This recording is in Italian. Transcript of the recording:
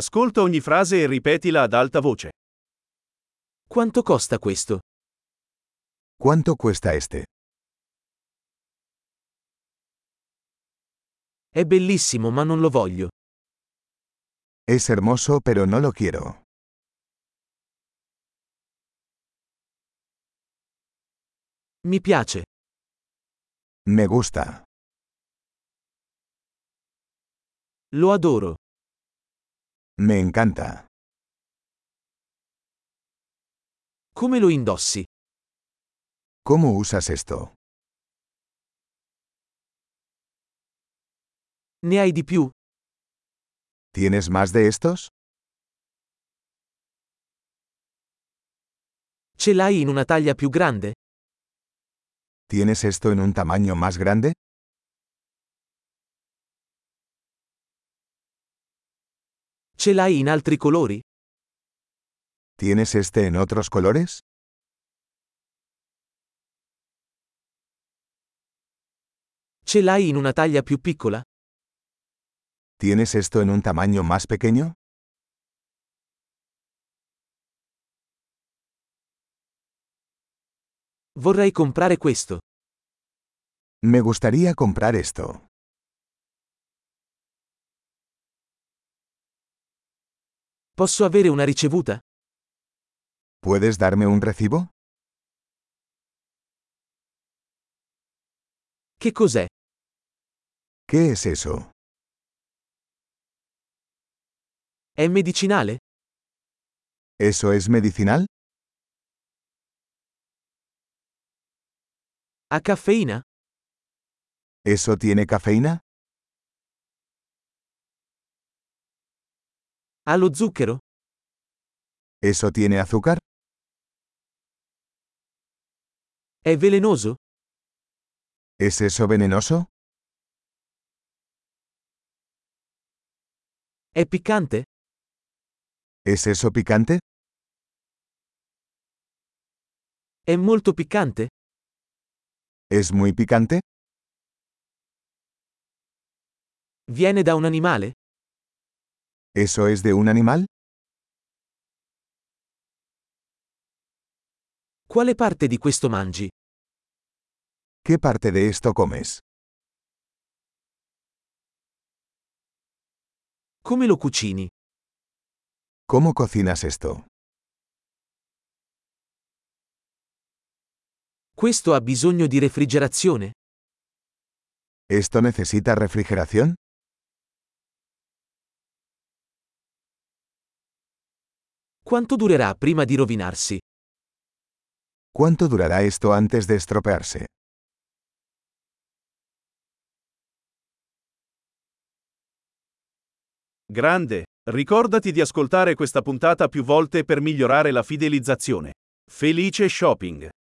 Ascolta ogni frase e ripetila ad alta voce. Quanto costa questo? ¿Cuánto cuesta este? È bellissimo ma non lo voglio. Es hermoso pero no lo quiero. Mi piace. Me gusta. Lo adoro. Me encanta. Come lo indossi? ¿Cómo usas esto? Ne hai di più? ¿Tienes más de estos? Ce l'hai in una taglia più grande? ¿Tienes esto en un tamaño más grande? Ce l'hai in altri colori? ¿Tienes este en otros colores? Ce l'hai in una taglia più piccola? ¿Tienes esto en un tamaño más pequeño? Vorrei comprare questo. Me gustaría comprar esto. Posso avere una ricevuta? ¿Puedes darme un recibo? Che cos'è? ¿Qué es eso? È medicinale? ¿Eso es medicinal? Ha caffeina? ¿Eso tiene cafeína? Ha lo zucchero? ¿Eso tiene azúcar? È velenoso? ¿Es eso venenoso? È piccante? ¿Es eso picante? È molto piccante? ¿Es muy picante? Viene da un animale? ¿Eso es de un animal? Quale parte di questo mangi? ¿Qué parte de esto comes? Come lo cucini? ¿Cómo cocinas esto? Questo ha bisogno di refrigerazione? ¿Esto necesita refrigeración? Quanto durerà prima di rovinarsi? ¿Cuánto durará esto antes de estropearse? Grande, ricordati di ascoltare questa puntata più volte per migliorare la fidelizzazione. Felice shopping!